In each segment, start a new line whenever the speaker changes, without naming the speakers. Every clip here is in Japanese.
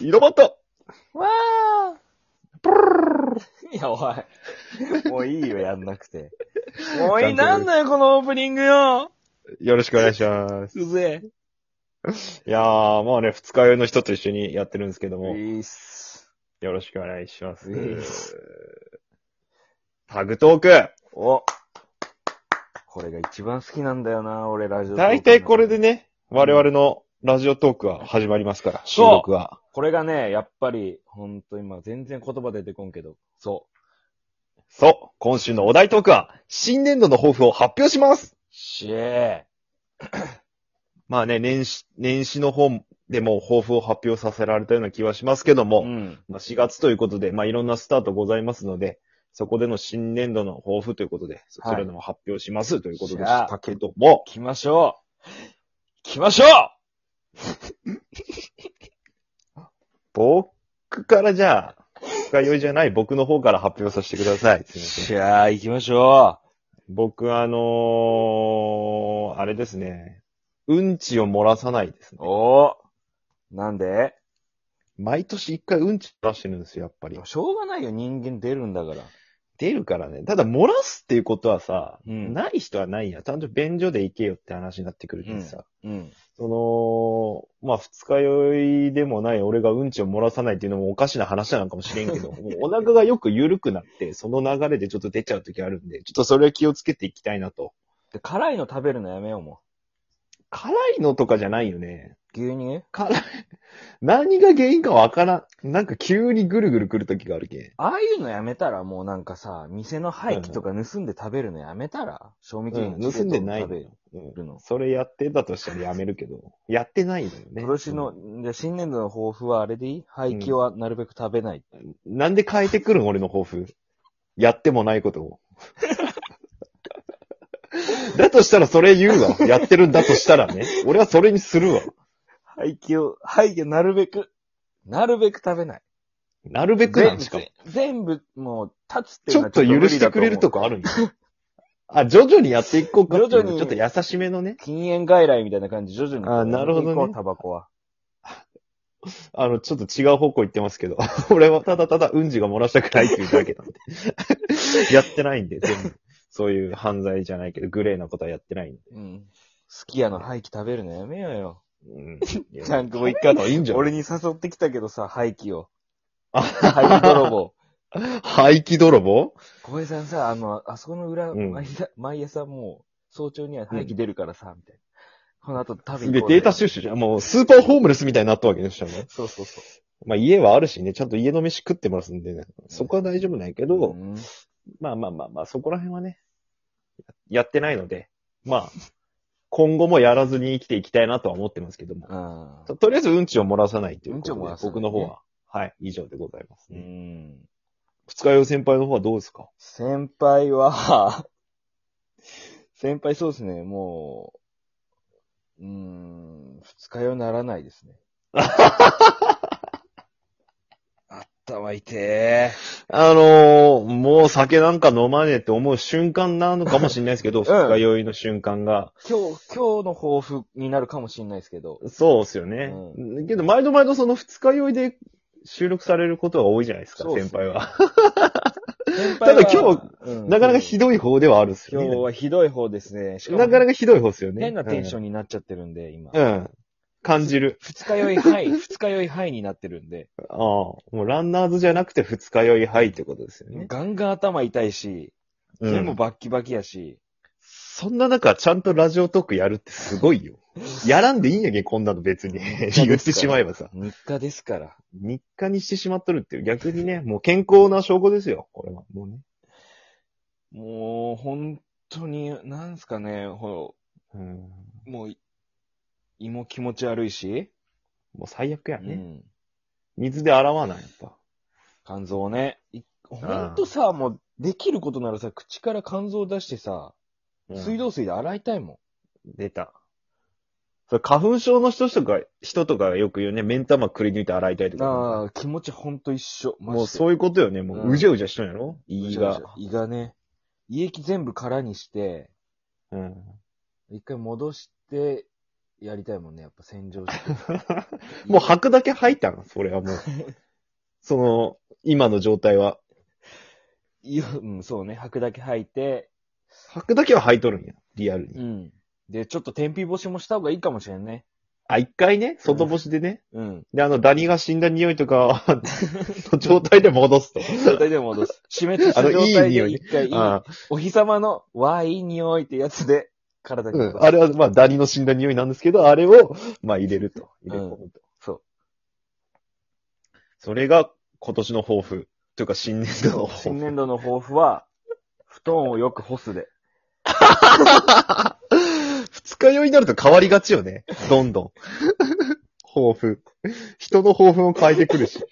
井戸端
わーいや、おい。
もういいよ、やんなくて。
おい、なんだよ、このオープニングよ。
よろしくお願いします。
うぜ
いやー、まあね、二日酔いの人と一緒にやってるんですけど
い
も、
いっす。
よろしくお願いします
うぃ。
タグトーク
おこれが一番好きなんだよな、俺、ラジオトークの。
大体これでね、我々のラジオトークは始まりますから、収録は。
これがね、やっぱり、ほんと今、全然言葉出てこんけど。そう。
そう、今週のお題トークは、新年度の抱負を発表します
しえ。
まあね、年始、年始の方でもう抱負を発表させられたような気はしますけども、
うん。
まあ、4月ということで、まあ、いろんなスタートございますので、そこでの新年度の抱負ということで、そちらでも発表しますということでしたけども、
来ましょう来ましょ
僕からじゃあ、深酔いじゃない僕の方から発表させてください。す
う
いません
しゃあ、行きましょ
僕あのー、あれですね、うんちを漏らさないです
う
ね。
おなんで
毎年一回うんち漏らしてるんですよ、やっぱり。
しょうがないよ、人間出るんだから。
出るからね。ただ漏らすっていうことはさ、
うん
ない人はないや。ちゃんと便所で行けよって話になってくるけどさ、
うん。
その、まあ、二日酔いでもない俺がうんちを漏らさないっていうのもおかしな話なのかもしれんけ ど、もうお腹がよく緩くなって、その流れでちょっと出ちゃう時あるんで、ちょっとそれは気をつけていきたいなと。
で、辛いの食べるのやめよう、も
辛いのとかじゃないよね。
う。牛乳
辛い。 何が原因かわからん。なんか急にぐるぐる来る時があるけ
ああいうのやめたら、もうなんかさ、店の廃棄とか盗んで食べるのやめたら、賞味期限
ん。
切れ
盗んでない
とか
の
食
よ。うん
べるの。
それやってたとしたらやめるけど、やってないのよね。
今年の、じゃあ新年度の抱負はあれでいい廃棄はなるべく食べない。
なんで変えてくるん俺の抱負。やってもないことを。 だとしたらそれ言うわ。やってるんだとしたらね。俺はそれにするわ。
廃棄を、廃棄なるべく、なるべく食べない。
なるべくなんしかも。
ぜ全部、もう、立つってい
ち
うの
ょ
は
っと許
無
し
理
て
だ
く
思
れ
う
るとこあるんや。あ、徐々にやっていこうかっていう
徐々に
ちょっと優しめのね。
禁煙外来みたいな感じ、徐々に。
あなるほどね
こうタバコは。
あの、ちょっと違う方向行ってますけど。 俺はただただうんちが漏らしたくないっていうだけなんで。 やってないんで、全部。そういう犯罪じゃないけど、グレーなことはやってないんで。
うん。好きやの廃棄食べるのやめようよ。
うん。
ちゃんともう一回
いいんじゃない
俺に誘ってきたけどさ、廃棄を。
あ
廃棄泥棒。
廃棄泥棒
小林さんさ、あの、あそこの裏、
うん
毎朝毎朝もう、早朝には廃棄出るからさ、みたいな。この後食べ
す
に
げえ
行こう
デ
ぜ
ータ収集じゃん。もうスーパーホームレスみたいになったわけでしたね。
そうそうそう。
まあ家はあるしね、ちゃんと家の飯食ってますんでね。そこは大丈夫なんやけど、
うん
まあまあまあまあ、そこら辺はね、やってないので、まあ、今後もやらずに生きていきたいなとは思ってますけども。
あ
ととりあえずうんちを漏らさないっていうことで。
うんちを漏らさないね
僕の方は、はい、以上でございます
ーう
ね。
ん。
二日酔い先輩の方はどうですか
先輩は、 先輩そうですね、もう、うーん、二日酔いならないです ね。頭痛え。
あのー、もう酒なんか飲まねえって思う瞬間なのかもしれないですけど、
ん
二日酔いの瞬間が。
今日、今日の抱負になるかもしれないですけ ど。
そうっすよね。けど、毎度毎度その二日酔いで収録されることが多いじゃないですか、
そうっすね
先輩は。
先
輩は
日、
なかなかひどい方ではあるっすよ
今
ね。
日はひどい方ですね。しかも
なかなかひどい方っすよね。
変なテンショ
ン。
ンになっちゃってるんで、今。
うん。感じる。
二日酔いハイ、二日酔いハイになってるんで、
ああ。もうランナーズじゃなくて二日酔いハイってことですよね。
ガンガン頭痛いし、
うん
手もバッキバキやし、
そんな中、ちゃんとラジオトークやるってすご いよ。やらんでいいんやけん、こんなの別に。言ってしまえばさ。
日課ですから。
日課にしてしまっとるっていう。逆にね、もう健康な証拠ですよ、これは。もうね。
もう、本当に、なんすかね、ほ
うん。
らもう、胃も気持ち悪いし、
もう最悪や
う
ね。
ん
水で洗わない、やっぱ。
肝臓ね。いほんとさ、もう、できることならさ、口から肝臓出してさ、水道水で洗いたいもん。
出た。それ花粉症の人とか、人とかがよく言うね、目ん玉くり抜いて洗いたいとか。
ああ、気持ちほんと一緒。マジで
もうそういうことよね。も
うん
ううじゃうじゃしとんやろ
う
胃
じゃうじゃ
が。
胃がね、胃液全部空にして、
うん。
一回戻して、やりたいもんね、やっぱ洗浄して。
もう履くだけ履いたんそれはもう。その、今の状態は。
いや、うん、そうね、履くだけ履いて、
履くだけは履いとるんや。リアル
う
に。
ん。で、ちょっと天日干しもした方がいいかもしれんね。
あ、一回ね、外干しでね。
うん。
で、あの、ダニが死んだ匂いとか、 の 状態で戻すと。
状態で戻す。湿った
あの
状態
いい匂
で
い
一回いい
あ
お日様の、わあ、いい匂いってやつで、体に、
うん、あれは、まあ、ダニの死んだ匂いなんですけど、あれを、まあ、入れると。入れ込むと。
そう。
それが、今年の抱負。というか、新年度の抱負。
新年度の抱負は、布団をよく干すで。
二日酔いになると変わりがちよね。どんどん。抱負。人の抱負も変えてくるし、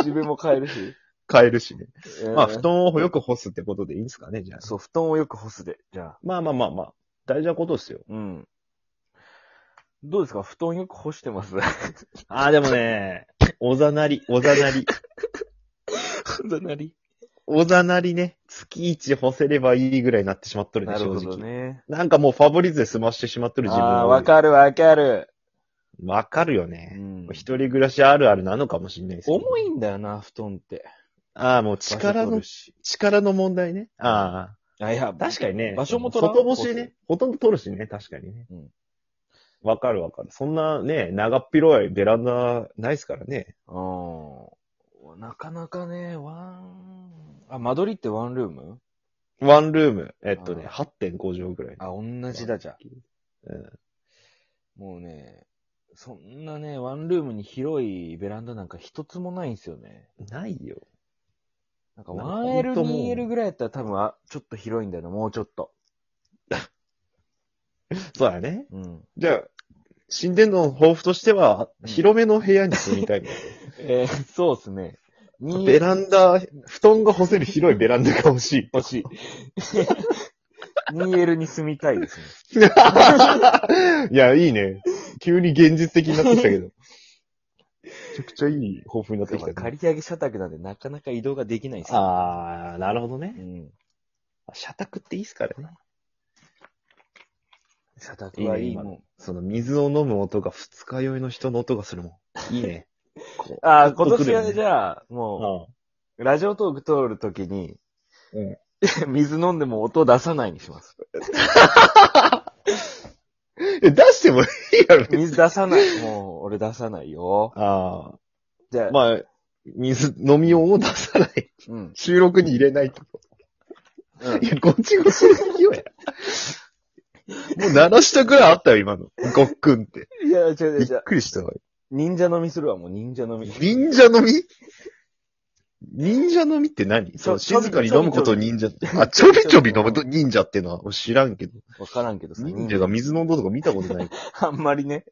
自分も変えるし。
変えるしね。まあ、
えー
布団をよく干すってことでいいんですかね、じゃあ。
そう、布団をよく干すで。じゃあ。
まあまあまあまあ。大事なことですよ。
うん。どうですか布団よく干してます
ああ、でもね、 おざなり、おざなり。
なり。
おざなりね、月一干せればいいぐらいになってしまっとるね、
なる
正
ほ
直。
どね。
なんかもうファブリーズで済ましてしまっとる自分
ああー、
が多い
わかるわかる。
わかるよ
う
ね。
ん。
一人暮らしあるあるなのかもしれないですけど
重いんだよな、布団って。
ああ、もう力
場所取
の
る、し。
力の問題ね。ああ。
あ、いや、
確かにね。
場所も取らん
外干しね。ほとんど取るしね、確かにね
うん。
わ、かるわかる。そんなね、長っ広いベランダないですからね。
うん。なかなかね、ワン、あ、間取りってワンルーム
ワンルーム、えっとね、
あ
8.5畳ぐらい。
あ、同じだじゃ
うん、
ん。もうね、そんなね、ワンルームに広いベランダなんか一つもないんですよね。
ないよ。
なんか
なんかほん
1L、
ともう
2L ぐらいやったら多分、あ、ちょっと広いんだよな、もうちょっと。
そうだね。
うん。
じゃあ、新殿の抱負としては、
うん
広めの部屋に住みたい。
えー、そうっすね。2L
ベランダ、布団が干せる広いベランダが欲しい。
欲しい。2L に住みたいです ね。
いや、いいね。急に現実的になってきたけ ど。めちゃくちゃいい抱負になってきた、ね。
借り上げ社宅なんでなかなか移動ができないですよ。
あー、なるほどね
う。ん。
社宅っていいっすからね。
社宅はいい
いいね今
もん
の。その水を飲む音が二日酔いの人の音がするもん。いいね。こう
ああ、今
来る
年
よ
は
ね
じゃあ、もう、ラジオトーク通るときに、 水飲んでも音出さないにします。
え出してもいいやろ、別に
水出さない。もう、俺出さないよ。
あ
じゃあ、
あ。まあ、水、飲み音を出さない。
うん。
収録に入れないってこ
うん
と。いや、こっちごちすぎよや。もう鳴らしたくらいあったよ、今の。ごっくんって。
いや、違う違う
びっ
違う。
くりしたわ。
忍者飲みするわ、もう忍者飲み。
忍者飲み忍者飲みって何
ちょ
そう、
ちょび
静かに飲むことを忍者って。あ、ちょびちょび飲むと忍者っていうのは俺知らんけど。
わからんけどさ、
忍者が水飲んだとか見たことない。
あんまりね。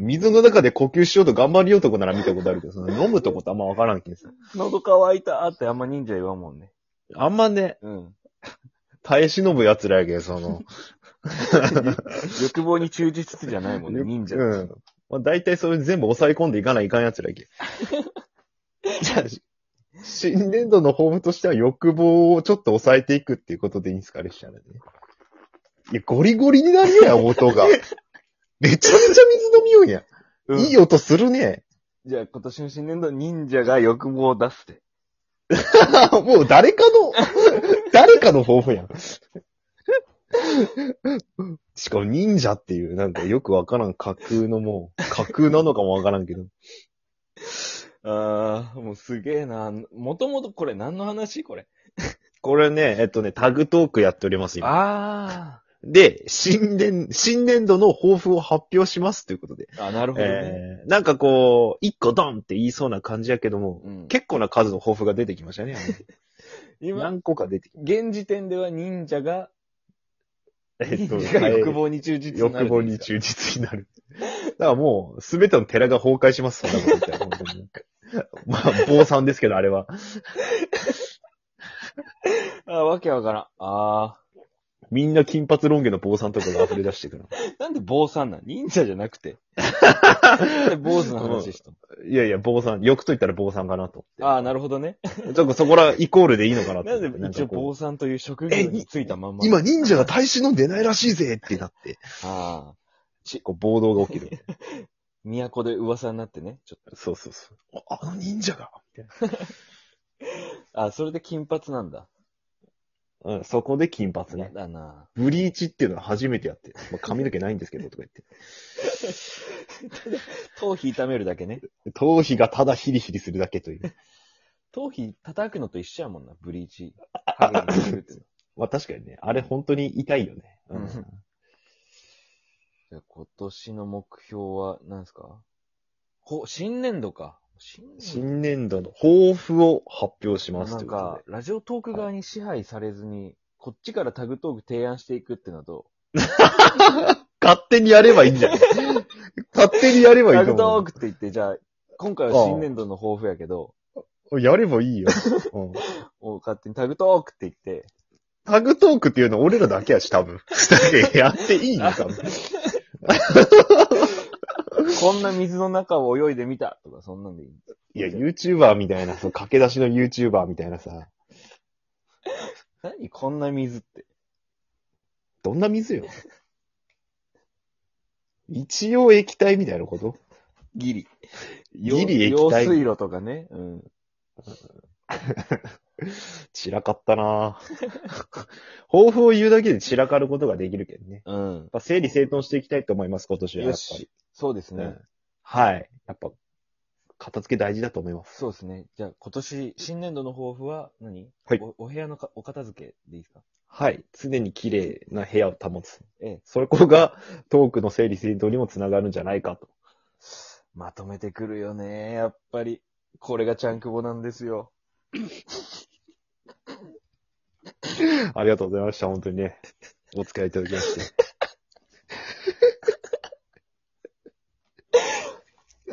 水の中で呼吸しようと頑張りようとこなら見たことあるけど、その飲むとことあんまわからんけんさ。
喉乾いたーってあんま忍者言わんもんね。
あんまね、
うん。
耐え忍ぶ奴らやけん、その。
欲望に忠実じゃないもんね、忍者。
うん。まあ、大体それ全部抑え込んでいかないかん奴ら やけん。じゃあ、し新年度の抱負としては欲望をちょっと抑えていくっていうことでいいんですか、レッシャーね。いや、ゴリゴリになるよや、音 が。めちゃめちゃ水飲みようや。
うん
いい音するね。
じゃあ今年の新年度、忍者が欲望を出すって。
もう誰かの、 誰かの抱負やん。しかも忍者っていう、なんかよくわからん架空のもう、架空なのかもわからんけど。
ああ、もうすげえな。もともとこれ何の話これ。
これね、えっとね、タグトークやっております、今。
あ
で、新年、新年度の抱負を発表しますということで。
あ。あ、なるほどね。
えー、なんかこう、一個ドンって言いそうな感じやけども、
うん
結構な数の抱負が出てきました ね。
今、
何個か出てき
現時点では忍者が、
た。え
忍
っと、
者が欲望に忠実になる
欲望に忠実になる。だからもう、すべての寺が崩壊します、そんなこと言ったら、本当に。まあ、坊さんですけど、あれは。
ああ、わけわからん。あ
みんな金髪ロン毛の坊さんとかが溢れ出してくる。
あ。なんで坊さんなん忍者じゃなく て。なんで坊主の話したの
いやいや、坊さん、欲と言ったら坊さんかなと。
ああ、なるほどね。
ちょっとそこらイコールでいいのかなと
な
思っ
ん
て。
で一
な
応
んかこ
坊さんという職
え
業についたまん
う
ま。
今、忍者が大使の出ないらしいぜってなって。
ああ。
ち こう暴動が起きる。
都で噂になってね、ちょっ
そうそうそう。ああの忍者がみたい
と。あ、それで金髪なんだ。
な。うん、そこで金髪
や
ね。
だな
ブリーチっていうのは初めてやって。まあ、髪の毛ないんですけど、とか言って。
頭皮痛めるだけね。
頭皮がただヒリヒリするだけという。
頭皮叩くのと一緒やもんな、ブリーチ。ハゲにするっていうの
まあ確かにね、あれ本当に痛いよね。うん
うんじゃあ今年の目標は何ですかほ、新年度か。新年
新年度の抱負を発表し
度
ます
な
とい
ん
うこと
か、ラジオトーク側に支配されずに、こっちからタグトーク提案していくってのはど
で。勝手にやればいいんじゃない 勝手にやれ
う
ばい
タ
いと
グト
思
ークって言って、じゃあ、今回は新年度の抱負やけど、
う。やればいいよ、うん
お勝手にタグトークって言って、
タグトークっていうの俺らだけやし、多分。だけやっていいの多分。
こんな水の中を泳いでみたとか、そんなんでいい。
いや、YouTuber みたいな、その駆け出しの YouTuber みたいなさ、
何こんな水って。
どんな水よ。一応液体みたいなこと
ギリ。
ギリ液
用
体。
水路とかね。うん。
散らかったなぁ抱負を言うだけで散らかることができるけどね。
うん。
やっぱ整理整頓していきたいと思います、今年は。やっ
よ
ぱり
し。そうですね。
うんはい。やっぱ、片付け大事だと思います。
そうですね。じゃあ、今年、新年度の抱負は何、
はい
お、お部屋のかお片付けでいいですか
はい。常に綺麗な部屋を保つ。
ええ。
そこがトークの整理整頓にもつながるんじゃないかと。
まとめてくるよね、やっぱり。これがちゃんくぼなんですよ。
ありがとうございました、本当にね。お付き合いいただきまして。